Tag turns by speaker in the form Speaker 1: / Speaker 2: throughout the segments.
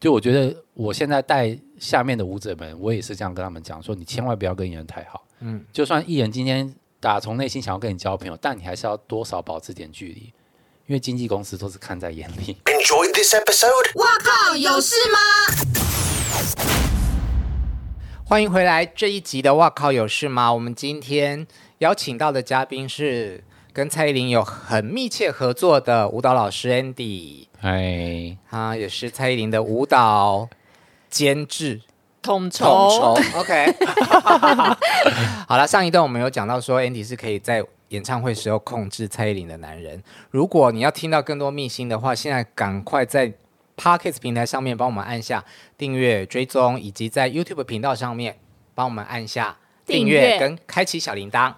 Speaker 1: 就我觉得我现在带下面的舞者们，我也是这样跟他们讲说，你千万不要跟艺人太好。
Speaker 2: 嗯，
Speaker 1: 就算艺人今天打从内心想要跟你交朋友，但你还是要多少保持点距离，因为经纪公司都是看在眼里。
Speaker 3: Enjoyed this episode?
Speaker 4: 哇靠，有事吗？
Speaker 2: 欢迎回来这一集的《哇靠有事吗》？我们今天邀请到的嘉宾是跟蔡依林有很密切合作的舞蹈老师 Andy，
Speaker 1: 哎，
Speaker 2: 他也是蔡依林的舞蹈监制。
Speaker 5: 统筹
Speaker 2: 统筹。OK，好了，上一段我们有讲到说，Andy 是可以在演唱会时候控制蔡依林的男人。如果你要听到更多秘辛的话，现在赶快在 Pockets 平台上面帮我们按下订阅、追踪，以及在 YouTube 频道上面帮我们按下订
Speaker 5: 订
Speaker 2: 阅
Speaker 5: 阅
Speaker 2: 跟开启小铃铛。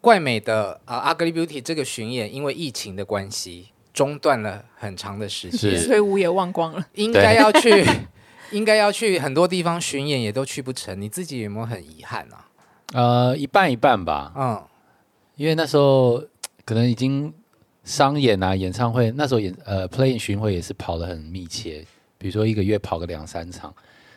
Speaker 2: 怪美的呃 Ugly Beauty 这个巡演，因为疫情的关系，中断了很长的时间。
Speaker 1: 是
Speaker 5: 所以我也忘光了。
Speaker 2: 应该要去， 应该要去很多地方巡演，也都去不成。你自己有没有很遗憾啊？
Speaker 1: 呃，一半一半吧，
Speaker 2: 嗯，
Speaker 1: 因为那时候可能已经商演啊、演唱会，那时候演呃 play 巡回也是跑得很密切，比如说一个月跑个两三场，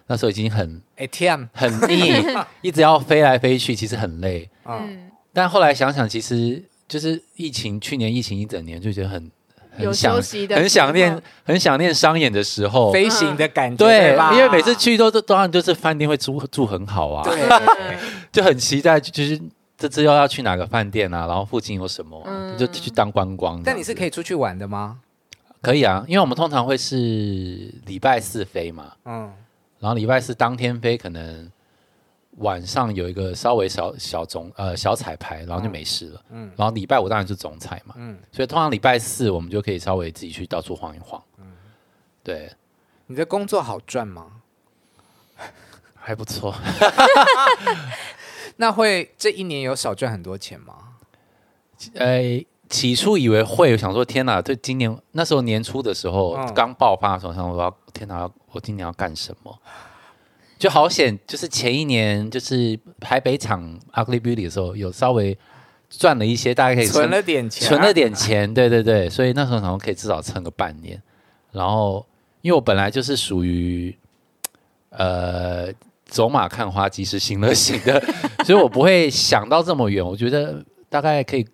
Speaker 1: 那时候已经很
Speaker 2: 哎天，
Speaker 1: 很腻，一直要飞来飞去，其实很累。
Speaker 2: 嗯，
Speaker 5: 嗯，
Speaker 1: 但后来想想，其实就是疫情，去年疫情一整年就觉得很很
Speaker 5: 有
Speaker 1: 想
Speaker 5: 休息的
Speaker 1: 很
Speaker 5: 时候
Speaker 1: 想念很想念商演的时候。
Speaker 2: 飞行的感觉，
Speaker 1: 哦对
Speaker 2: 吧？，
Speaker 1: 因为每次去都都当然就是饭店会住住很好啊，
Speaker 2: 对，
Speaker 1: 就很期待，就是这次又要去哪个饭店啊，然后附近有什么啊、
Speaker 5: 嗯
Speaker 1: 就去当观光。
Speaker 2: 嗯但你是可
Speaker 1: 以
Speaker 2: 以出去玩的吗？
Speaker 1: 可以啊，因为我们通常会是礼拜四飞嘛，
Speaker 2: 嗯，
Speaker 1: 然后礼拜四当天飞，可能晚上有一个稍微小小总呃小彩排，然后就没事了。嗯，然后礼拜五当然是总彩嘛，
Speaker 2: 嗯
Speaker 1: 嗯，所以通常礼拜四我们就可以稍微自己去到处晃一晃。嗯，对，
Speaker 2: 你的工作好赚吗？
Speaker 1: 还不 错。
Speaker 2: 那会这一年有少赚很多钱吗？
Speaker 1: 呃，起初以为会，我想说天哪，对，今年那时候年初的时候、
Speaker 2: 嗯
Speaker 1: 刚爆发的时候，想说我要天哪，我今年要干什么？就好险，就是前一年就是台北场 Ugly Beauty 的时候，有稍微赚了一些，大概可以
Speaker 2: 存
Speaker 1: 撑
Speaker 2: 了点钱，
Speaker 1: 存了点钱，对对对，所以那时候好像可以至少撑个半年。然后，因为我本来就是属于呃走马看花、及时行乐型的， 所以我不会想到这么远。我觉得大概可以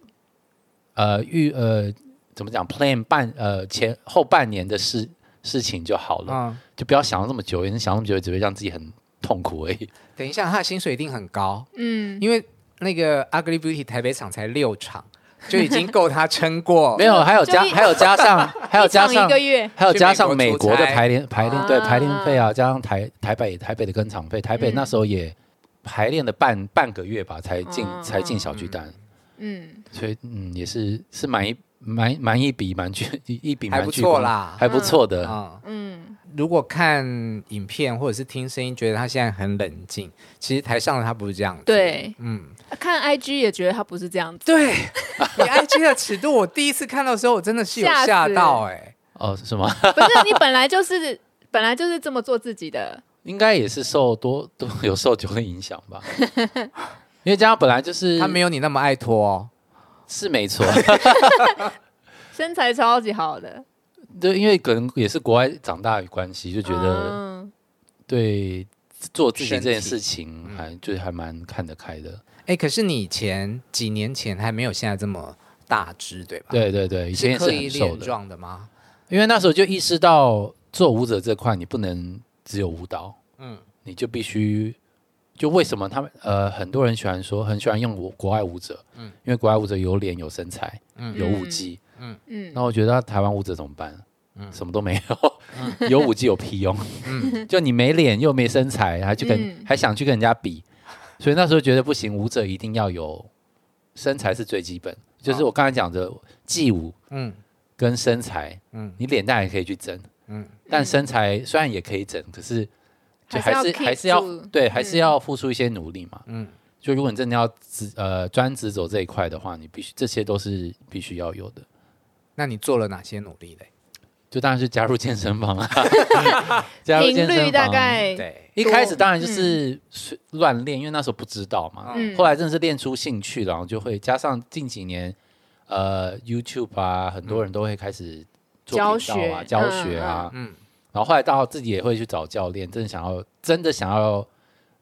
Speaker 1: 呃预呃怎么讲 plan 半呃前后半年的事事情就好了，
Speaker 2: 嗯，
Speaker 1: 就不要想到这么久，因为想那么久只会让自己很痛苦而已。
Speaker 2: 等一下，他的薪水一定很高，
Speaker 5: 嗯，
Speaker 2: 因为那个 Ugly Beauty 台北场才六场，就已经够他撑 过
Speaker 1: 没有，还有
Speaker 5: 哦就
Speaker 1: 加
Speaker 5: 一
Speaker 1: 还有加上还有
Speaker 5: 一
Speaker 1: 加
Speaker 5: 场
Speaker 1: 上
Speaker 5: 一个月，
Speaker 1: 还有加上
Speaker 2: 去美
Speaker 1: 美
Speaker 2: 国出
Speaker 1: 国的
Speaker 2: 差
Speaker 1: 排练排练对
Speaker 5: 啊
Speaker 1: 排练费啊，加上台台北台北的跟场费，台北
Speaker 5: 嗯
Speaker 1: 那时候也排练了半半个月吧，才进
Speaker 5: 嗯
Speaker 1: 才进小巨蛋，
Speaker 5: 嗯，
Speaker 1: 所以嗯也是是蛮一蛮蛮一笔蛮巨 一笔蛮
Speaker 2: 还不
Speaker 1: 巨
Speaker 2: 错
Speaker 1: 款
Speaker 2: 啦
Speaker 1: 还不错的，
Speaker 2: 嗯。
Speaker 5: 嗯，
Speaker 2: 如果看影片或者是听声音，觉得他现在很冷静，其实台上的他不是这样子。，
Speaker 5: 对，
Speaker 2: 嗯，
Speaker 5: 看 IG 也觉得他不是这样子，
Speaker 2: 对 你 IG 的尺度，我第一次看到的时候，我真的是有吓到哎、
Speaker 1: 哦是吗？
Speaker 5: 不是你本来就是本来就是这么做自己的，
Speaker 1: 应该也是受多多有受酒的影响吧， 因为加上本来就是
Speaker 2: 他没有你那么爱拖、哦，
Speaker 1: 是没错，
Speaker 5: 身材超级好的，
Speaker 1: 对，因为可能也是国外长大的关系，就觉得。
Speaker 5: 嗯
Speaker 1: 对做自己
Speaker 2: 身
Speaker 1: 这件
Speaker 2: 体
Speaker 1: 事情还
Speaker 2: 嗯
Speaker 1: 就是还蛮看得开的。
Speaker 2: 哎、可是你以前几年前还没有现在这么大只，对吧？，
Speaker 1: 对对对，以前也是
Speaker 2: 刻
Speaker 1: 很
Speaker 2: 意
Speaker 1: 瘦
Speaker 2: 练
Speaker 1: 的，
Speaker 2: 壮的吗？
Speaker 1: 因为那时候就意识到做舞者这块你不能只有舞蹈，
Speaker 2: 嗯
Speaker 1: 嗯，你就必须就为什么他们呃很多人喜欢说很喜欢用我国外舞者，嗯，因为国外舞者有脸有身材，嗯，
Speaker 2: 嗯
Speaker 1: 有舞技，
Speaker 5: 嗯
Speaker 1: 那我觉得台湾舞者怎么办？什么都没有， 有舞技有屁用？就你没脸又没身材，还去跟、
Speaker 5: 嗯
Speaker 1: 还想去跟人家比，所以那时候觉得不行，舞者一定要有身材是最基本，就是我刚才讲的技舞
Speaker 2: 嗯
Speaker 1: 跟身材，
Speaker 2: 嗯
Speaker 1: 你脸蛋也可以去整，
Speaker 2: 嗯
Speaker 1: 但身材虽然也可以整，可是就还是
Speaker 5: 还是要 keep
Speaker 1: 还是要
Speaker 5: 住嗯
Speaker 1: 对，还是要付出一些努力嘛。
Speaker 2: 嗯，
Speaker 1: 就如果你真的要只呃专职走这一块的话，你必须这些都是必须要有的。
Speaker 2: 那你做了哪些努力嘞？
Speaker 1: 就当然是加入健身 房啊，加入
Speaker 5: 频
Speaker 1: 健身
Speaker 5: 率
Speaker 1: 房。啊
Speaker 5: 大概
Speaker 2: 对，
Speaker 1: 一开始当然就是随乱练，因为那时候不知道嘛。
Speaker 5: 嗯
Speaker 1: 后来真的是练出兴趣，然后就会加上近几年，呃，YouTube 啊，很多人都会开始做频道啊、
Speaker 5: 教学
Speaker 1: 教学啊，
Speaker 2: 嗯
Speaker 1: 然后后来到自己也会去找教练，真的想要真的想要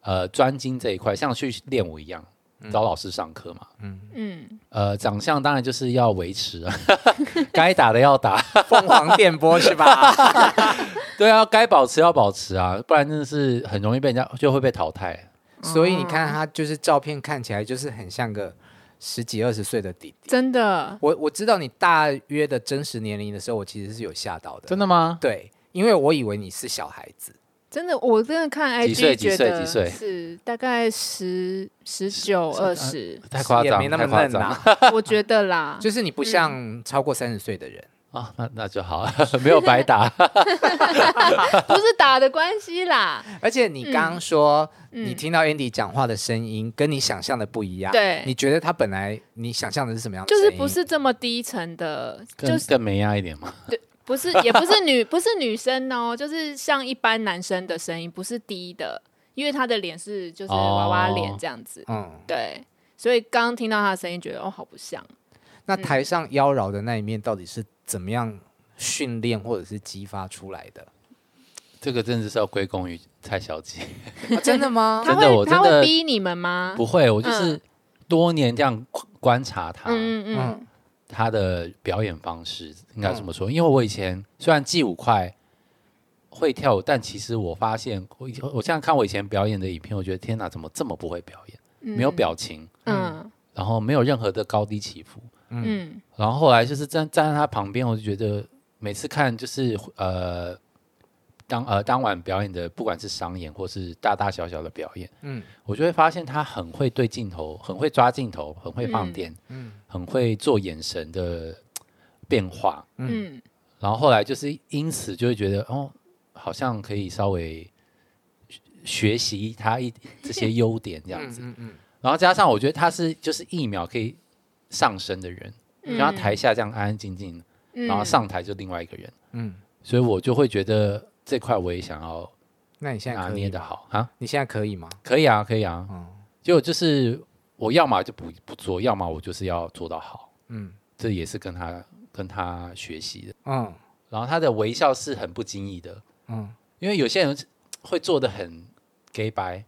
Speaker 1: 呃专精这一块，像去练舞一样，
Speaker 2: 嗯
Speaker 1: 找老师上课嘛。
Speaker 5: 嗯，
Speaker 1: 呃，长相当然就是要维持啊， 该打的要打，
Speaker 2: 凤凰电波是吧？
Speaker 1: 对啊，该保持要保持啊，不然真的是很容易被人家就会被淘汰。
Speaker 2: 所以你看他就是照片看起来就是很像个十几二十岁的弟弟。
Speaker 5: 真的，
Speaker 2: 我我知道你大约的真实年龄的时候，我其实是有吓到的。
Speaker 1: 真的吗？
Speaker 2: 对，因为我以为你是小孩子，
Speaker 5: 真的，我真的看
Speaker 1: 几岁
Speaker 5: IG
Speaker 1: 几
Speaker 5: 觉
Speaker 1: 岁
Speaker 5: 得
Speaker 1: 几岁
Speaker 5: 是大概十十九二十，
Speaker 1: 太夸
Speaker 2: 也
Speaker 1: 张，
Speaker 2: 没那么
Speaker 1: 太夸
Speaker 2: 嫩啊
Speaker 1: 张
Speaker 2: 呐、
Speaker 5: 我觉得 啦，
Speaker 2: 就是你不像超过三十岁的人。
Speaker 1: 啊！那那就好， 没有白 打。
Speaker 5: 不是打的关系啦，
Speaker 2: 而且你刚刚说、
Speaker 5: 嗯
Speaker 2: 你听到 Andy 讲话的声音跟你想象的不一样，
Speaker 5: 对
Speaker 2: 你觉得他本来你想象的是什么
Speaker 1: 啊
Speaker 2: 样的
Speaker 5: 就
Speaker 2: 声音？
Speaker 5: 是不是这么低沉的，就
Speaker 1: 更
Speaker 5: 是
Speaker 1: 更没压一点嘛。
Speaker 5: 不是也不是女 不是女生哦，就是像一般男生的声音，不是低的，因为他的脸是就是
Speaker 1: 哦
Speaker 5: 娃娃脸这样子，
Speaker 2: 嗯，
Speaker 5: 对，所以刚听到他的声音，觉得哦好不像。
Speaker 2: 那
Speaker 5: 嗯
Speaker 2: 台上妖娆的那一面到底是怎么样训练或者是激发出来的？
Speaker 1: 这个真的是要归功于蔡小姐。
Speaker 2: 啊真的吗？
Speaker 5: 他
Speaker 1: 真的我
Speaker 5: 会他
Speaker 1: 真的
Speaker 5: 会逼你们吗？
Speaker 1: 不会，我就是
Speaker 5: 嗯
Speaker 1: 多年这样观察她，
Speaker 5: 嗯嗯嗯，
Speaker 2: 嗯
Speaker 1: 她的表演方式应该这么说。因为我以前虽然记舞快会跳舞，但其实我发现我以前我现在看我以前表演的影片，我觉得天哪，怎么这么不会表演？没有表情，
Speaker 5: 嗯
Speaker 1: 然后没有任何的高低起伏。
Speaker 5: 嗯
Speaker 1: 然后后来就是站站在他旁边，我就觉得每次看就是呃当呃当晚表演的，不管是商演或是大大小小的表演，
Speaker 2: 嗯
Speaker 1: 我就会发现他很会对镜头，很会抓镜头，很会放电，
Speaker 2: 嗯
Speaker 1: 很会做眼神的嘖变化。
Speaker 5: 嗯
Speaker 1: 然后后来就是因此就会觉得哦，好像可以稍微学学习他一这些优点这
Speaker 2: 这
Speaker 1: 样子。
Speaker 2: 嗯嗯
Speaker 1: 然后加上我觉得他是就是一秒可以上升的人，然后台下这样安安静静的。
Speaker 5: 嗯，
Speaker 1: 然后上台就另外一个人，
Speaker 2: 嗯，
Speaker 1: 所以我就会觉得这块我也想要
Speaker 2: 那你现在
Speaker 1: 拿
Speaker 2: 可
Speaker 1: 捏
Speaker 2: 以
Speaker 1: 的
Speaker 2: 吗？
Speaker 1: 好啊，
Speaker 2: 你现在可以吗？
Speaker 1: 可以啊，可以啊，
Speaker 2: 嗯
Speaker 1: 结果就是我要么就不不做，要么我就是要做到好，
Speaker 2: 嗯
Speaker 1: 这也是跟他跟他学习的。
Speaker 2: 嗯
Speaker 1: 然后他的微笑是很不经意的，
Speaker 2: 嗯，
Speaker 1: 因为有些人会做的很 gay 白，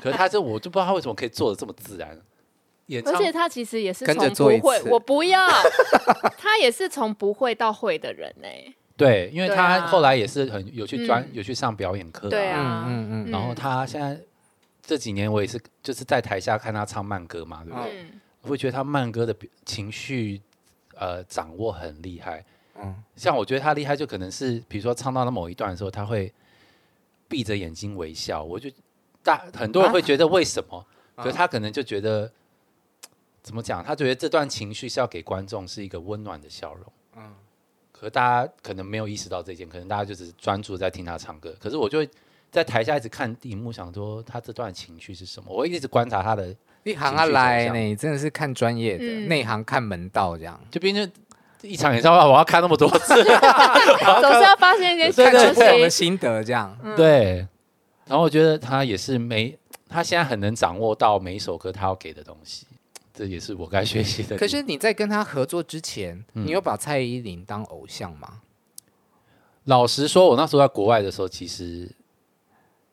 Speaker 1: 可是他这我就不知道他为什么可以做的这么自然。演唱
Speaker 5: 而且他其实也是
Speaker 2: 跟着
Speaker 5: 从
Speaker 2: 做一
Speaker 5: 不会
Speaker 2: 次，
Speaker 5: 我不要， 他也是从不会到会的人欸呢、
Speaker 1: 对，因为
Speaker 5: 对
Speaker 1: 他
Speaker 5: 啊
Speaker 1: 后来也是很有去专、
Speaker 5: 嗯
Speaker 1: 有去上表演课、
Speaker 5: 对
Speaker 2: 嗯
Speaker 5: 啊，
Speaker 2: 嗯嗯
Speaker 1: 然后他现在这几年我也是就是在台下看他唱慢歌嘛，对不对？
Speaker 5: 嗯
Speaker 1: 我会觉得他慢歌的情绪呃掌握很厉害。
Speaker 2: 嗯
Speaker 1: 像我觉得他厉害，就可能是比如说唱到那某一段的时候，他会闭着眼睛微笑。我就大很多人会觉得为什么？
Speaker 2: 啊
Speaker 1: 可是他可能就觉得怎么讲？他觉得这段情绪是要给观众是一个温暖的笑容。
Speaker 2: 嗯
Speaker 1: 可是大家可能没有意识到这一点，可能大家就只是专注在听他唱歌。可是我就会在台下一直看荧幕，想说他这段情绪是什么？我一直观察他的，
Speaker 2: 你行啊
Speaker 1: 情绪走
Speaker 2: 来
Speaker 1: 向
Speaker 2: 呢，你真的是看专业的，
Speaker 5: 嗯
Speaker 2: 内行看门道这样。
Speaker 1: 就毕竟一场演唱会我要看那么多次，
Speaker 5: 嗯总是要发现一点小
Speaker 1: 对对
Speaker 2: 看
Speaker 5: 东
Speaker 2: 出我们
Speaker 5: 西。
Speaker 2: 心得这样。
Speaker 1: 嗯对。然后我觉得他也是没，他现在很能掌握到每一首歌他要给的东西，这也是我该学习的地方。
Speaker 2: 可是你在跟他合作之前，
Speaker 1: 嗯
Speaker 2: 你有把蔡依林当偶像吗？
Speaker 1: 老实说，我那时候在国外的时候，其实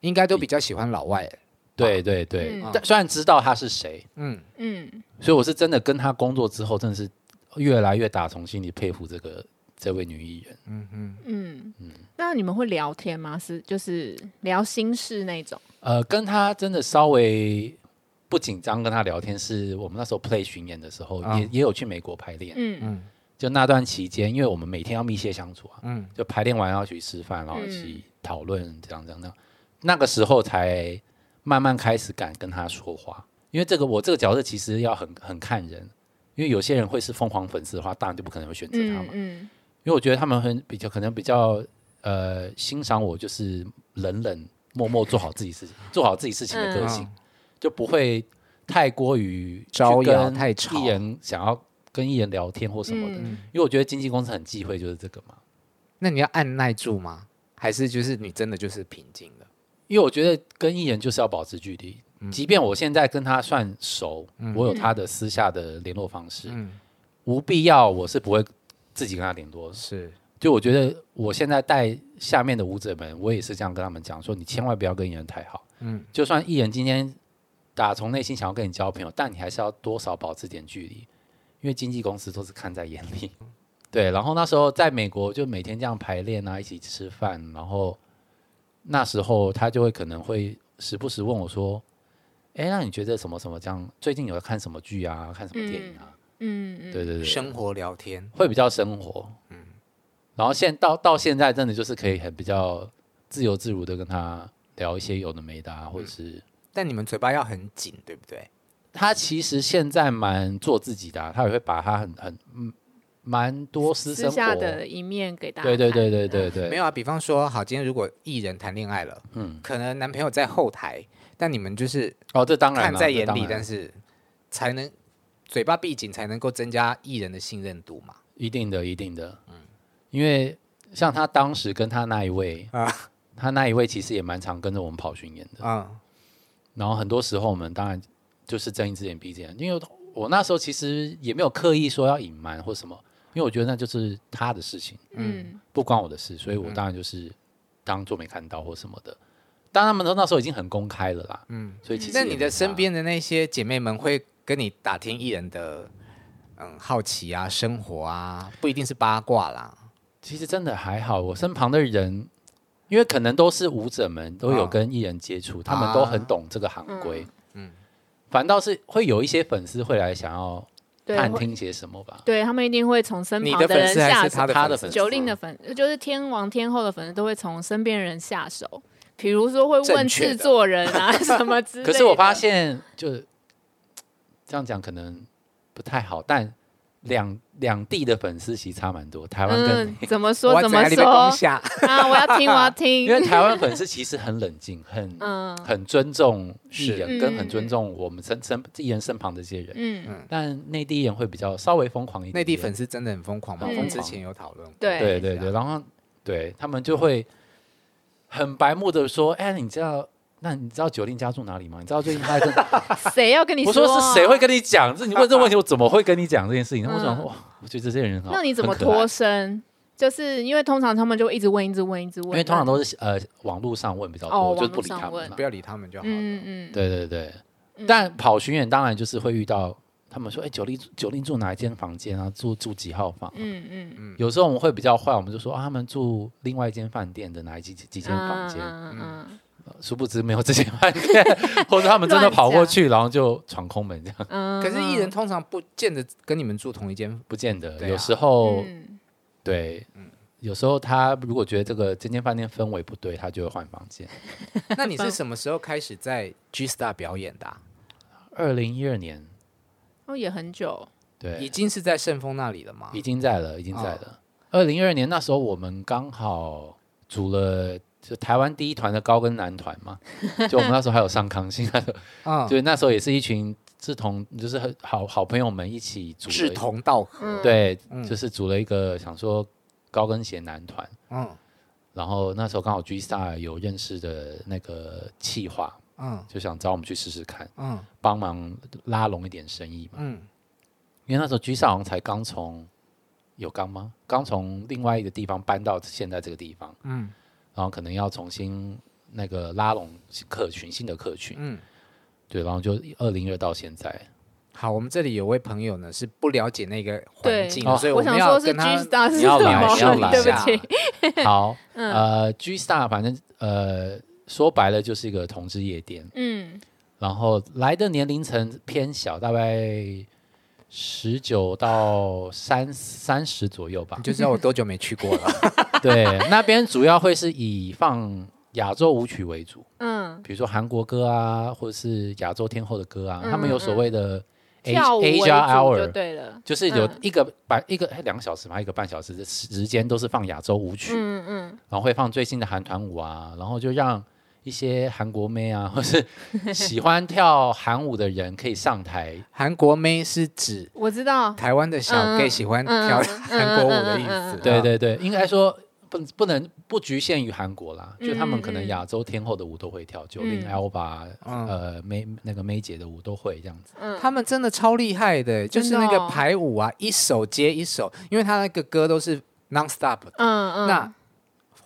Speaker 2: 应该都比较喜欢老外。
Speaker 1: 对对对，
Speaker 5: 嗯
Speaker 1: 但虽然知道他是谁，
Speaker 2: 嗯，
Speaker 5: 嗯，
Speaker 1: 所以我是真的跟他工作之后，真的是越来越打从心里佩服这个这位女艺人。
Speaker 5: 嗯，那你们会聊天吗？是就是聊心事那种？
Speaker 1: 呃，跟他真的稍微不紧张，跟他聊天是我们那时候 play 巡演的时候，
Speaker 2: 啊
Speaker 1: 也也有去美国排练。
Speaker 5: 嗯
Speaker 1: 就那段期间，因为我们每天要密切相处啊，
Speaker 2: 嗯
Speaker 1: 就排练完要去吃饭，然后
Speaker 5: 嗯
Speaker 1: 一起讨论这样这样这样。那个时候才慢慢开始敢跟他说话，因为这个我这个角色其实要很很看人，因为有些人会是疯狂粉丝的话，当然就不可能会选择他嘛
Speaker 5: 嗯。嗯
Speaker 1: 因为我觉得他们很比较可能比较呃欣赏我，就是冷冷默默做好自己事 情，做好自己事情的个性，
Speaker 2: 嗯
Speaker 1: 就不会太过于去
Speaker 2: 招摇
Speaker 1: 跟
Speaker 2: 太吵
Speaker 1: 艺人想要跟艺人聊天或什么的，
Speaker 5: 嗯
Speaker 1: 因为我觉得经纪公司很忌讳就是这个嘛。
Speaker 2: 那你要按耐住吗？还是就是你真的就是平静的？
Speaker 1: 因为我觉得跟艺人就是要保持距离，即便我现在跟他算熟，我有他的私下的联络方式，
Speaker 2: 嗯
Speaker 1: 无必要我是不会自己跟他联络的，
Speaker 2: 是
Speaker 1: 就我觉得我现在带下面的舞者们，我也是这样跟他们讲说，你千万不要跟艺人太好。
Speaker 2: 嗯
Speaker 1: 嗯，就算艺人今天打从内心想要跟你交朋友，但你还是要多少保持点距离，因为经纪公司都是看在眼里。 对，然后那时候在美国就每天这样排练啊，一起吃饭，然后那时候他就会可能会时不时问我说：“哎，那你觉得什么什么这样？最近有在看什么剧啊？看什么电影啊？”
Speaker 5: 嗯嗯，
Speaker 1: 对对对，
Speaker 2: 生活聊天，
Speaker 1: 会比较生活，嗯，然后现到到现在真的就是可以很比较自由自如的跟他聊一些有的没的、啊，或者是
Speaker 2: 但你们嘴巴要很紧，对不对？
Speaker 1: 他其实现在蛮做自己的啊、他也会把他很很嗯蛮多私生
Speaker 5: 私
Speaker 1: 活，
Speaker 5: 下的一面给大家
Speaker 1: 对
Speaker 5: 看。
Speaker 1: 对对对对
Speaker 2: 没
Speaker 1: 对，
Speaker 2: 有啊，比方说，好，今天如果艺人谈恋爱了，
Speaker 1: 嗯，
Speaker 2: 可能男朋友在后台，但你们就是
Speaker 1: 哦，这当然
Speaker 2: 看
Speaker 1: 啦
Speaker 2: 在
Speaker 1: 这
Speaker 2: 眼
Speaker 1: 当
Speaker 2: 里，
Speaker 1: 然
Speaker 2: 但是才能嘴巴闭紧，才能够增加艺人的信任度嘛。
Speaker 1: 一定的一定的，嗯，因为像他当时跟他那一位
Speaker 2: 啊
Speaker 1: 啊，他那一位其实也蛮常跟着我们跑巡演的。
Speaker 2: 嗯，
Speaker 1: 然后很多时候我们当然就是睁一只眼闭一只眼，因为我那时候其实也没有刻意说要隐瞒或什么，因为我觉得那就是他的事情，
Speaker 5: 嗯，
Speaker 1: 不关我的事，所以我当然就是当做没看到或什么的。但他们都那时候已经很公开了啦，嗯，所以其实
Speaker 2: 那
Speaker 1: 也
Speaker 2: 你
Speaker 1: 没
Speaker 2: 的
Speaker 1: 差
Speaker 2: 身边的那些姐妹们会跟你打听艺人的嗯好奇啊、生活啊，不一定是八卦啦。
Speaker 1: 其实真的还好，我身旁的人。因为可能都是舞者们都有跟艺人接触，他们都很懂这个行规，啊
Speaker 5: 啊
Speaker 1: 嗯，反倒是会有一些粉丝会来想要
Speaker 5: 对
Speaker 1: 探
Speaker 5: 会
Speaker 1: 听些什么吧，
Speaker 5: 对他们一定会从身
Speaker 2: 你
Speaker 5: 旁
Speaker 2: 粉
Speaker 5: 人
Speaker 2: 丝还
Speaker 5: 下
Speaker 2: 是
Speaker 5: 手
Speaker 2: 他
Speaker 1: 他的
Speaker 2: 的粉
Speaker 1: 粉
Speaker 2: 丝？
Speaker 5: 九令的粉，就是天王天后的粉丝都会从身边人下手，比如说会问制作人啊什么之类的。
Speaker 1: 可是我发现，就这样讲可能不太好，但两两地的粉丝其实差蛮多。台湾跟、
Speaker 5: 嗯，怎么
Speaker 2: 我
Speaker 5: 说怎么
Speaker 2: 在那边攻
Speaker 5: 说
Speaker 2: 下
Speaker 5: 啊？我要听，我要
Speaker 1: 因为
Speaker 5: 听。
Speaker 1: 台湾粉丝其实很冷静，很、
Speaker 5: 嗯
Speaker 1: 很尊重艺
Speaker 5: 是
Speaker 1: 人，跟很尊重我们身身艺人身旁的这些人。
Speaker 5: 嗯，
Speaker 1: 但内地艺人会比较稍微疯狂一点
Speaker 2: 内
Speaker 1: 点
Speaker 2: 地粉丝啊真的很疯狂嘛？
Speaker 1: 嗯
Speaker 2: 我们之前有讨论过，
Speaker 5: 对
Speaker 1: 对对对，然后对他们就会很白目的说：“哎，你知道？”那你知道九令家住哪里吗？你知道最近他在跟
Speaker 5: 谁要跟 你
Speaker 1: 我
Speaker 5: 说
Speaker 1: 说
Speaker 5: 啊？
Speaker 1: 是谁会跟你讲？这你问这问题，我怎么会跟你讲这件事 情？
Speaker 5: 嗯
Speaker 1: 我想说哇，我觉得这些人好，
Speaker 5: 那你怎么
Speaker 1: 哦很可爱
Speaker 5: 脱？身？就是因为通常他们就会一直问，一直问，一直问。
Speaker 1: 因为通常都是呃网络上问比较
Speaker 5: 哦
Speaker 1: 多，就是不理他
Speaker 5: 网络
Speaker 1: 们
Speaker 5: 上问
Speaker 1: 嘛
Speaker 2: 不。要理他们就好了。
Speaker 5: 嗯嗯
Speaker 1: 对对对，但跑巡演当然就是会遇到他们说，哎，九令九令住哪一间房间啊？住住几号房？
Speaker 5: 嗯嗯嗯，
Speaker 1: 有时候我们会比较坏，我们就说啊，他们住另外一间饭店的哪一几几几间房间，
Speaker 5: 嗯嗯嗯
Speaker 1: 殊不知没有这间饭店，或者他们真的跑过去，然后就闯空门这样，
Speaker 5: 嗯。
Speaker 2: 可是艺人通常不见得跟你们住同 一间，
Speaker 1: 不见得。
Speaker 2: 对啊
Speaker 1: 有时候
Speaker 5: 嗯
Speaker 1: 对，有时候他如果觉得这个这间饭店氛围不对，他就会换房间。
Speaker 2: 那你是什么时候开始在 G Star 表演的啊、
Speaker 1: 二零一二年，
Speaker 5: 哦也很久，
Speaker 1: 对，
Speaker 2: 已
Speaker 1: 已
Speaker 2: 经是在盛丰那里了吗？
Speaker 1: 经在了，已经
Speaker 2: 啊
Speaker 1: 在了。二零一二年那时候我们刚好组了就台湾第一团的高跟男团嘛， 就我们那时候还有上康熙，那时候
Speaker 2: 嗯，
Speaker 1: 对，那时候也是一群志同，就是很好好朋友们一起组了
Speaker 2: 志，同道合。
Speaker 5: 嗯
Speaker 1: 对
Speaker 2: 嗯，
Speaker 1: 就是组了一个想说高跟鞋男团。
Speaker 2: 嗯
Speaker 1: 然后那时候刚好 G Star 有认识的那个企划，
Speaker 2: 嗯
Speaker 1: 就想找我们去试试看，
Speaker 2: 嗯
Speaker 1: 帮忙拉拢一点生意嘛。
Speaker 2: 嗯，
Speaker 1: 因为那时候居上红才刚从有刚吗？刚从另外一个地方搬到现在这个地方，
Speaker 2: 嗯
Speaker 1: 嗯，然后可能要重新那个拉拢客群，新的客群，
Speaker 2: 嗯
Speaker 1: 嗯，对，然后就二零二到现在，
Speaker 2: 好，我们这里有位朋友呢是不了解那个环
Speaker 5: 对
Speaker 2: 境
Speaker 1: 哦
Speaker 2: 的，所以
Speaker 5: 我
Speaker 2: 们
Speaker 5: 想
Speaker 2: 要
Speaker 5: 说是
Speaker 2: 跟
Speaker 5: G
Speaker 2: 他
Speaker 5: Star 是
Speaker 1: 你
Speaker 5: 什
Speaker 1: 要来
Speaker 5: 么
Speaker 1: 你要？来
Speaker 5: 对
Speaker 2: 一下
Speaker 5: 不起，
Speaker 1: 好，
Speaker 2: 嗯
Speaker 1: 呃，G Star 反正呃说白了就是一个同志夜店，
Speaker 5: 嗯，
Speaker 1: 然后来的年龄层偏小，大概十九到三三十左右吧
Speaker 2: 你。就知道我多久没去过 了。
Speaker 1: 对，那边主要会是以放亚洲舞曲为主，
Speaker 5: 嗯，
Speaker 1: 比如说韩国歌啊，或者是亚洲天后的歌啊，
Speaker 5: 嗯
Speaker 1: 他们有所谓的 A
Speaker 5: 跳舞为
Speaker 1: Asia
Speaker 5: 主就
Speaker 1: Hour，
Speaker 5: 对了，
Speaker 1: 就是有
Speaker 5: 嗯
Speaker 1: 一个半一个哎两个小时嘛，一个半小时的时间都是放亚洲舞曲，
Speaker 5: 嗯嗯，
Speaker 1: 然后会放最新的韩团舞啊，然后就让一些韩国妹啊， 或是喜欢跳韩舞的人可以上台
Speaker 2: 韩国妹是指
Speaker 5: 我知道，
Speaker 2: 台湾的小 gay 喜欢跳
Speaker 5: 嗯嗯
Speaker 2: 韩国舞的意
Speaker 5: 嗯嗯嗯
Speaker 2: 思
Speaker 5: 嗯。
Speaker 1: 对对对，应该说不不能不局限于韩国啦，就他
Speaker 5: 嗯
Speaker 1: 们
Speaker 5: 嗯
Speaker 1: 可能亚洲天后的舞都会跳，九令
Speaker 5: 嗯
Speaker 1: Alba
Speaker 2: 嗯
Speaker 1: 呃 May 那个 May 姐的舞都会这样子。
Speaker 5: 嗯，
Speaker 2: 他们真的超厉害的，就是那
Speaker 5: 真
Speaker 2: 个
Speaker 5: 的哦
Speaker 2: 排舞啊，一首接一首，因为他那个歌都是 non stop 的。
Speaker 5: 嗯嗯，
Speaker 2: 那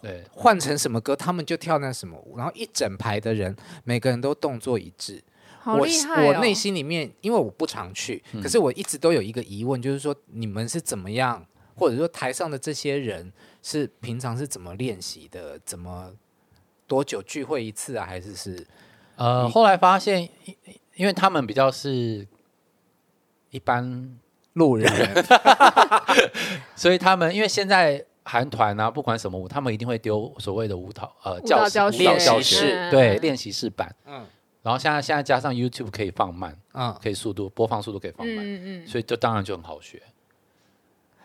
Speaker 1: 对，
Speaker 2: 换成什么歌，他们就跳那什么舞，然后一整排的人，每个人都动作一致。
Speaker 5: 好
Speaker 2: 我
Speaker 5: 厉
Speaker 2: 是
Speaker 5: 害、哦、
Speaker 2: 我内心里面，因为我不常去，可是我一直都有一个疑问，就是说你们是怎么样，或者说台上的这些人是平常是怎么练习的？怎么多久聚会一次啊？还是是
Speaker 1: 呃，后来发现，因因为他们比较是一般，
Speaker 2: 路人？
Speaker 1: 所以他们因为现在韩团啊，不管什么舞，他们一定会丢所谓的舞蹈呃
Speaker 5: 舞蹈
Speaker 1: 室
Speaker 5: 教
Speaker 1: 舞
Speaker 5: 学
Speaker 1: 蹈教
Speaker 2: 练习
Speaker 1: 学，
Speaker 5: 室
Speaker 1: 对
Speaker 5: 嗯
Speaker 1: 练习室版。
Speaker 2: 嗯
Speaker 1: 然后现在现在加上 YouTube 可以放慢，
Speaker 2: 嗯，
Speaker 1: 可以速度播放速度可以放慢，
Speaker 5: 嗯嗯嗯，
Speaker 1: 所以就当然就很好学。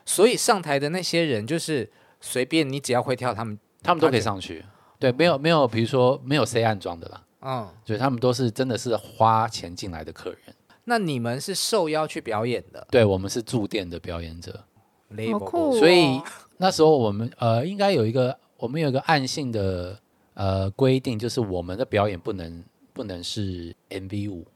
Speaker 2: 所以上台的那些人就是随便你只要会跳，他们
Speaker 1: 他们都可以上去。对，没有没有，比如说没有 C 暗装的啦，
Speaker 2: 嗯。
Speaker 1: 所以他们都是真的是花钱进来的客人。
Speaker 2: 那你们是受邀去表演的
Speaker 1: 对我们是驻店的表演者，
Speaker 2: ，label，
Speaker 5: 好酷、哦，
Speaker 1: 所以那时候我们呃应该有一个我们有一个暗性的呃规定，就是我们的表演不能不能是 MV 舞、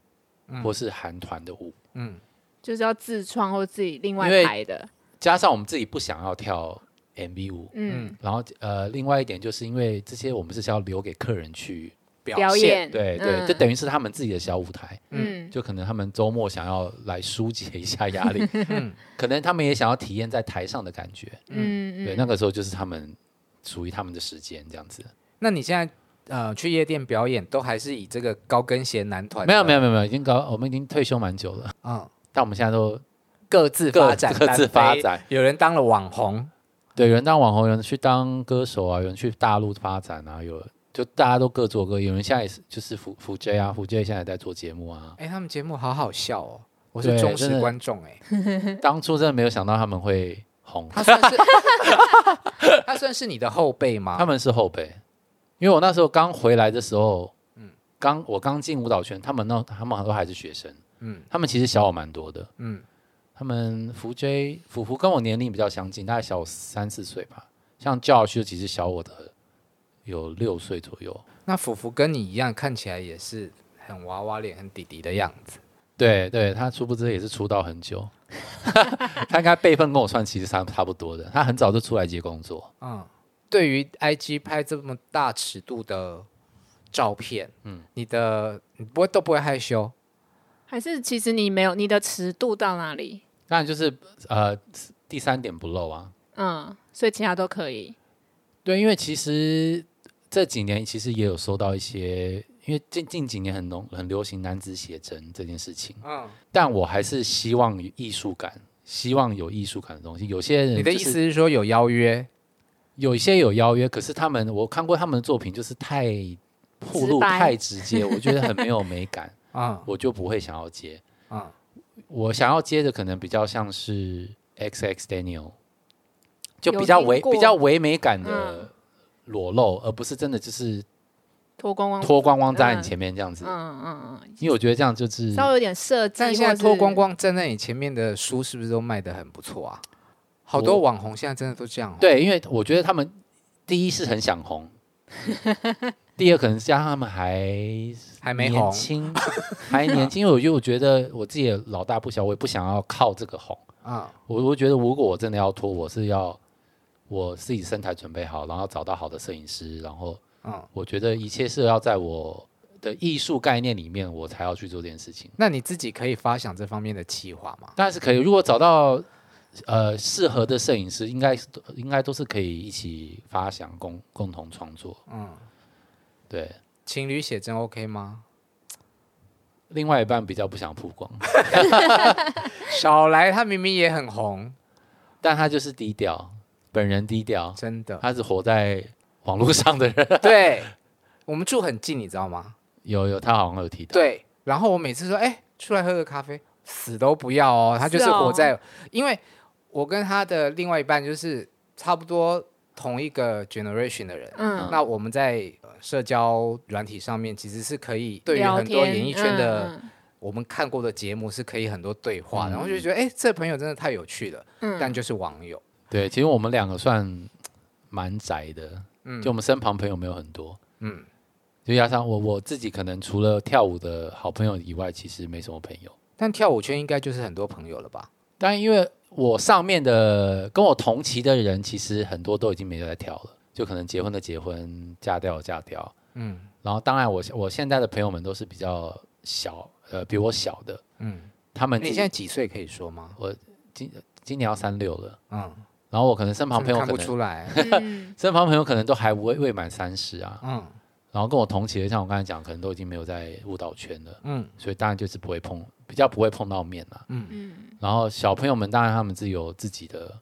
Speaker 1: 或是韩团的舞，
Speaker 2: 嗯，
Speaker 5: 就是要自创或自己另外
Speaker 1: 因为
Speaker 5: 排的，
Speaker 1: 加上我们自己不想要跳 MV 舞。
Speaker 5: 嗯，
Speaker 1: 然后，呃，另外一点就是因为这些我们是要留给客人去，
Speaker 5: 表
Speaker 2: 现
Speaker 5: 演，
Speaker 1: 对对，
Speaker 5: 嗯
Speaker 1: 就等于是他们自己的小舞台。
Speaker 5: 嗯
Speaker 1: 就可能他们周末想要来疏解一下压 力，可能他们也想要体验在台上的感觉。
Speaker 5: 嗯
Speaker 1: 对，
Speaker 5: 嗯，
Speaker 1: 那个时候就是他们属于他们的时间这样子。
Speaker 2: 那你现在呃去夜店表演，都还是以这个高跟鞋男团？
Speaker 1: 没有没
Speaker 2: 有，
Speaker 1: 有没有没有，已经搞我们已经退休蛮久了，
Speaker 2: 嗯，
Speaker 1: 但我们现在都
Speaker 2: 各自发展，
Speaker 1: 各各自发展
Speaker 2: 单飞。有人当了网红，
Speaker 1: 对有人当网红，有人去当歌手啊，有人去大陆发展啊，有就大家都各做各业。有人现在也是就是福福 J 啊，福 J 现在也在做节目 啊。
Speaker 2: 哎，他们节目好好笑哦，我是
Speaker 1: 对
Speaker 2: 忠实
Speaker 1: 真的
Speaker 2: 观众哎，
Speaker 1: 当初真的没有想到他们会红，
Speaker 2: 他算是 他算是你的后辈吗？
Speaker 1: 他们是后辈，因为我那时候刚回来的时候，
Speaker 2: 嗯
Speaker 1: 刚我刚进舞蹈圈，他们那他们都还是学生，
Speaker 2: 嗯
Speaker 1: 他们其实小我蛮多的，
Speaker 2: 嗯
Speaker 1: 他们福 J 福福跟我年龄比较相近，大概小我三四岁吧，像 Josh 就其实小我的有六岁左右，
Speaker 2: 那福福跟你一样，看起来也是很娃娃脸、很弟弟的样子。
Speaker 1: 对对，他殊不知也是出道很 久，他应该辈分跟我算其实差差不多的，他很早就出来接工作，
Speaker 2: 嗯，对于 IG 拍这么大尺度的照片，嗯，你的你不会都不会害羞，
Speaker 5: 还是其实你没有你的尺度到哪里，
Speaker 1: 当然就是呃第三点不漏啊，
Speaker 5: 嗯，所以其他都可以，
Speaker 1: 对，因为其实这几年其实也有收到一些，因为近近几年很浓很流行男子写真这件事情，
Speaker 2: 嗯，
Speaker 1: 但我还是希望有艺术感，希望有艺术感的东西。有些人
Speaker 2: 你的意
Speaker 1: 嗯就是
Speaker 2: 思是说有邀约？
Speaker 1: 有一些有邀约，可是他们我看过他们的作品，就是太铺
Speaker 5: 直
Speaker 1: 路、
Speaker 5: 白
Speaker 1: 太直接，我觉得很没有美感，
Speaker 2: 嗯
Speaker 1: 我就不会想要接。
Speaker 2: 嗯
Speaker 1: 我想要接的可能比较像是 X X Daniel，就
Speaker 5: 有
Speaker 1: 比较
Speaker 5: 听
Speaker 1: 唯
Speaker 5: 过
Speaker 1: 比较唯美感的
Speaker 5: 嗯
Speaker 1: 裸露，而不是真的就是
Speaker 5: 脱光光，
Speaker 1: 脱光光站在你前面这样子，
Speaker 5: 嗯嗯嗯，
Speaker 1: 因为我觉得这样就是
Speaker 5: 稍微有点设计，
Speaker 2: 但现在
Speaker 5: 或是
Speaker 2: 脱光，光站在你前面的书是不是都卖的很不错啊？好多
Speaker 1: 我
Speaker 2: 网红现在真的都这样、哦。，
Speaker 1: 对，因为我觉得他们第一是很想 红，第二可能加上他们还
Speaker 2: 还没
Speaker 1: 年
Speaker 2: 红，
Speaker 1: 轻，还年轻，因为我觉得我觉得我自己也老大不小，我也不想要靠这个红。
Speaker 2: 嗯
Speaker 1: 我我觉得如果我真的要脱，我是要我自己身材准备好，然后找到好的摄影师，然后
Speaker 2: 嗯。
Speaker 1: 我觉得一切是要在我的艺术概念里面，我才要去做这件事情。
Speaker 2: 那你自己可以发想这方面的企划吗？
Speaker 1: 当然是可以。如果找到呃适合的摄影师，应该是应该都是可以一起发想共共同创作。
Speaker 2: 嗯，
Speaker 1: 对，
Speaker 2: 情侣写真 OK 吗？
Speaker 1: 另外一半比较不想曝光，
Speaker 2: 少来，他明明也很红，
Speaker 1: 但他就是低调，本人低调，
Speaker 2: 真 的。
Speaker 1: 他是活在网络上的人。
Speaker 2: 对，我们住很近，你知道吗？
Speaker 1: 有有，他好像有提到。，
Speaker 2: 对，然后我每次说，哎、出来喝个咖啡，死都不要哦。他就是
Speaker 5: 是哦
Speaker 2: 活在，因为我跟他的另外一半就是差不多同一个 generation 的人。
Speaker 5: 嗯，
Speaker 2: 那我们在呃社交软体上面其实是可以对于
Speaker 5: 聊
Speaker 2: 很多
Speaker 5: 天
Speaker 2: 演艺圈的、
Speaker 5: 嗯嗯
Speaker 2: 我们看过的节目是可以很多对话，
Speaker 1: 嗯
Speaker 2: 然后就觉得哎、这朋友真的太有趣了，
Speaker 5: 嗯
Speaker 2: 但就是网友。
Speaker 1: 对，其实我们两个算蛮宅的，
Speaker 2: 嗯
Speaker 1: 就我们身旁朋友没有很多。
Speaker 2: 嗯，
Speaker 1: 就加上我我自己，可能除了跳舞的好朋友以外，其实没什么朋友。
Speaker 2: 但跳舞圈应该就是很多朋友了吧？
Speaker 1: 但因为我上面的跟我同期的人，其实很多都已经没有在挑了，就可能结婚的结婚，嫁掉的嫁掉。
Speaker 2: 嗯
Speaker 1: 然后当然我我现在的朋友们都是比较小，呃，比我小的，
Speaker 2: 嗯，
Speaker 1: 他们
Speaker 2: 你现在几岁可以说吗？
Speaker 1: 今年要三六了，
Speaker 2: 嗯，
Speaker 1: 然后我可能身旁朋
Speaker 2: 真
Speaker 1: 友可
Speaker 2: 的看不
Speaker 1: 能
Speaker 2: 出来，
Speaker 5: 嗯，
Speaker 1: 身旁朋友可能都还未未满三十啊，
Speaker 2: 嗯
Speaker 1: 然后跟我同期的，像我刚才讲，可能都已经没有在舞蹈圈了，
Speaker 2: 嗯
Speaker 1: 所以当然就是不会碰，比较不会碰到面啦。
Speaker 2: 嗯
Speaker 5: 嗯，
Speaker 1: 然后小朋友们当然他们自己有自己的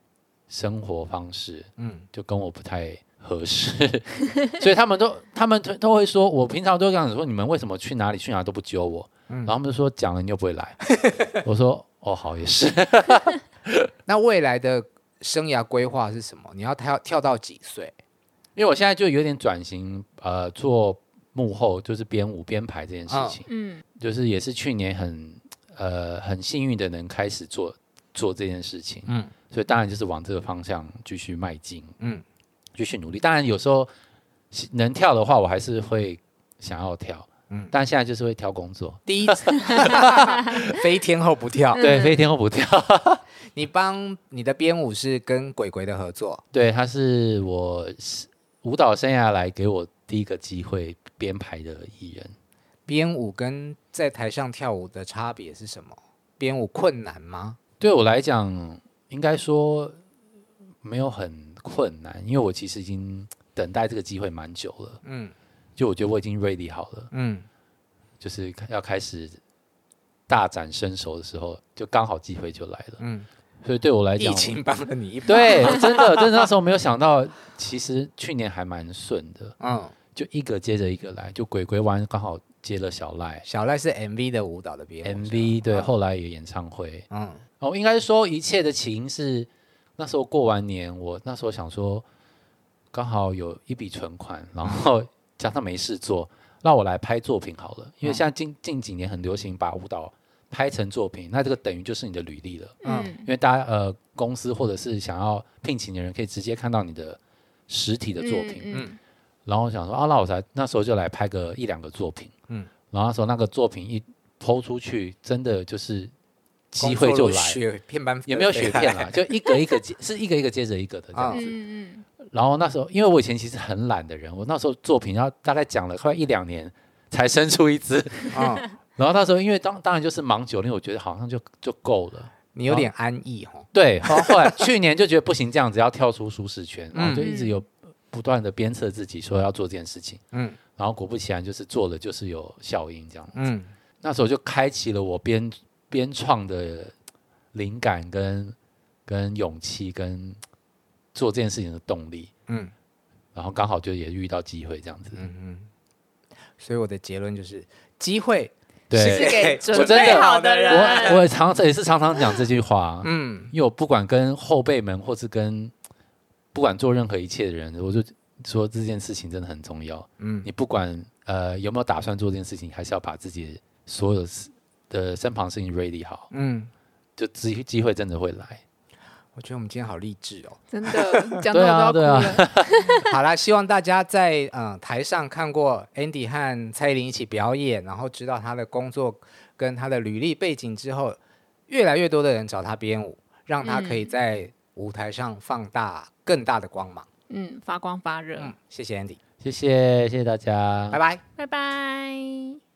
Speaker 1: 生活方式，
Speaker 2: 嗯，
Speaker 1: 就跟我不太合适， 所以他们都他们都都会说，我平常都这样子说，你们为什么去哪里去哪都不揪我？
Speaker 2: 嗯
Speaker 1: 然后他们就说讲了你又不会 来，我说哦好也是，
Speaker 2: 那未来的生涯规划是什么？你要跳跳到几 岁？
Speaker 1: 因为我现在就有点转型，呃，做幕后就是编舞编排这件事
Speaker 2: 啊
Speaker 1: 情，
Speaker 5: 嗯，
Speaker 1: 就是也是去年很呃很幸运的能开始做做这件事情，
Speaker 2: 嗯
Speaker 1: 所以当然就是往这个方向继续迈进，
Speaker 2: 嗯
Speaker 1: 继续努力。当然有时候能跳的话，我还是会想要跳，
Speaker 2: 嗯
Speaker 1: 但现在就是会挑工作，
Speaker 2: 第一次飞天后不跳，
Speaker 1: 对，飞天后不跳，
Speaker 2: 你帮你的编舞是跟鬼鬼的合作，
Speaker 1: 对，他是我舞蹈生涯来给我第一个机会编排的艺人。
Speaker 2: 编舞跟在台上跳舞的差别是什么？编舞困难吗？
Speaker 1: 对我来讲，应该说没有很困难，因为我其实已经等待这个机会蛮久了。
Speaker 2: 嗯
Speaker 1: 就我觉得我已经 ready 好了，
Speaker 2: 嗯
Speaker 1: 就是要开始大展身手的时候，就刚好机会就来了。
Speaker 2: 嗯，
Speaker 1: 所以对我来
Speaker 2: 疫
Speaker 1: 讲，
Speaker 2: 情帮了你一把，
Speaker 1: 对，我真的，真的那时候没有想到，其实去年还蛮顺的，
Speaker 2: 嗯，
Speaker 1: 就一个接着一个来，就鬼鬼湾刚好接了小赖
Speaker 2: 小赖是 MV 的舞蹈的编舞是吧
Speaker 1: MV，对，
Speaker 2: 嗯
Speaker 1: 后来也演唱会，
Speaker 2: 嗯
Speaker 1: 哦，应该说一切的起因是那时候过完年，我那时候想说，刚好有一笔存款，然后加上没事做，让我来拍作品好了。因为现在近近几年很流行把舞蹈拍成作品，那这个等于就是你的履历了。
Speaker 5: 嗯
Speaker 1: 因为大家呃公司或者是想要聘请的人，可以直接看到你的实体的作品。
Speaker 5: 嗯
Speaker 1: 然后我想说啊，那我才那时候就来拍个一两个作品，
Speaker 2: 嗯
Speaker 1: 嗯，然后那时候那个作品一抛出去，真的就是机会就
Speaker 2: 工作如
Speaker 1: 来。
Speaker 2: 雪片 般
Speaker 1: 也没有雪片
Speaker 2: 来，
Speaker 1: 啦，就一个一个接，是一个一个接着一个的这样
Speaker 5: 嗯
Speaker 1: 子。
Speaker 5: 嗯
Speaker 1: 然后那时候，因为我以前其实很懒的人，我那时候作品要大概讲了快一两年才生出一只。
Speaker 2: 嗯，
Speaker 1: 然后那时候，因为当当然就是忙久了，因为我觉得好像就就够了。
Speaker 2: 你有点安逸哦，
Speaker 1: 对，然后后来去年就觉得不行，这样子要跳出舒适圈，然后就一直有不断的鞭策自己说要做这件事情。
Speaker 2: 嗯
Speaker 1: 然后果不其然，就是做了，就是有效应这样。
Speaker 2: 嗯，
Speaker 1: 那时候就开启了我编编创的灵感跟跟勇气跟做这件事情的动力。
Speaker 2: 嗯
Speaker 1: 嗯，然后刚好就也遇到机会这样子。
Speaker 2: 所以我的结论就是，机会
Speaker 5: 嗯，是
Speaker 1: 对，
Speaker 5: 给
Speaker 1: 我
Speaker 5: 准
Speaker 1: 真
Speaker 5: 备
Speaker 1: 的
Speaker 5: 好的
Speaker 1: 我
Speaker 5: 人。
Speaker 1: 我常也是常常讲这句话，
Speaker 2: 嗯
Speaker 1: 因为我不管跟后辈们，或是跟不管做任何一切的人，我就说这件事情真的很重要。
Speaker 2: 嗯
Speaker 1: 你不管呃有没有打算做这件事情，还是要把自己所有事的身旁事情 ready 好。
Speaker 2: 嗯，
Speaker 1: 就机机会真的会来。
Speaker 2: 我觉得我们今天好励志哦。
Speaker 5: 真的讲到我都
Speaker 1: 对
Speaker 5: 要
Speaker 1: 啊
Speaker 5: 哭了，
Speaker 2: 好啦，希望大家在嗯、呃台上看过 Andy 和蔡依林一起表演，然后知道他的工作跟他的履历背景之后，越来越多的人找他编舞，让他可以在舞台上放大更大的光芒。
Speaker 5: 嗯，发光发热，
Speaker 2: 嗯，谢谢 Andy，
Speaker 1: 谢谢，谢谢大家，
Speaker 2: 拜拜。
Speaker 5: 拜拜。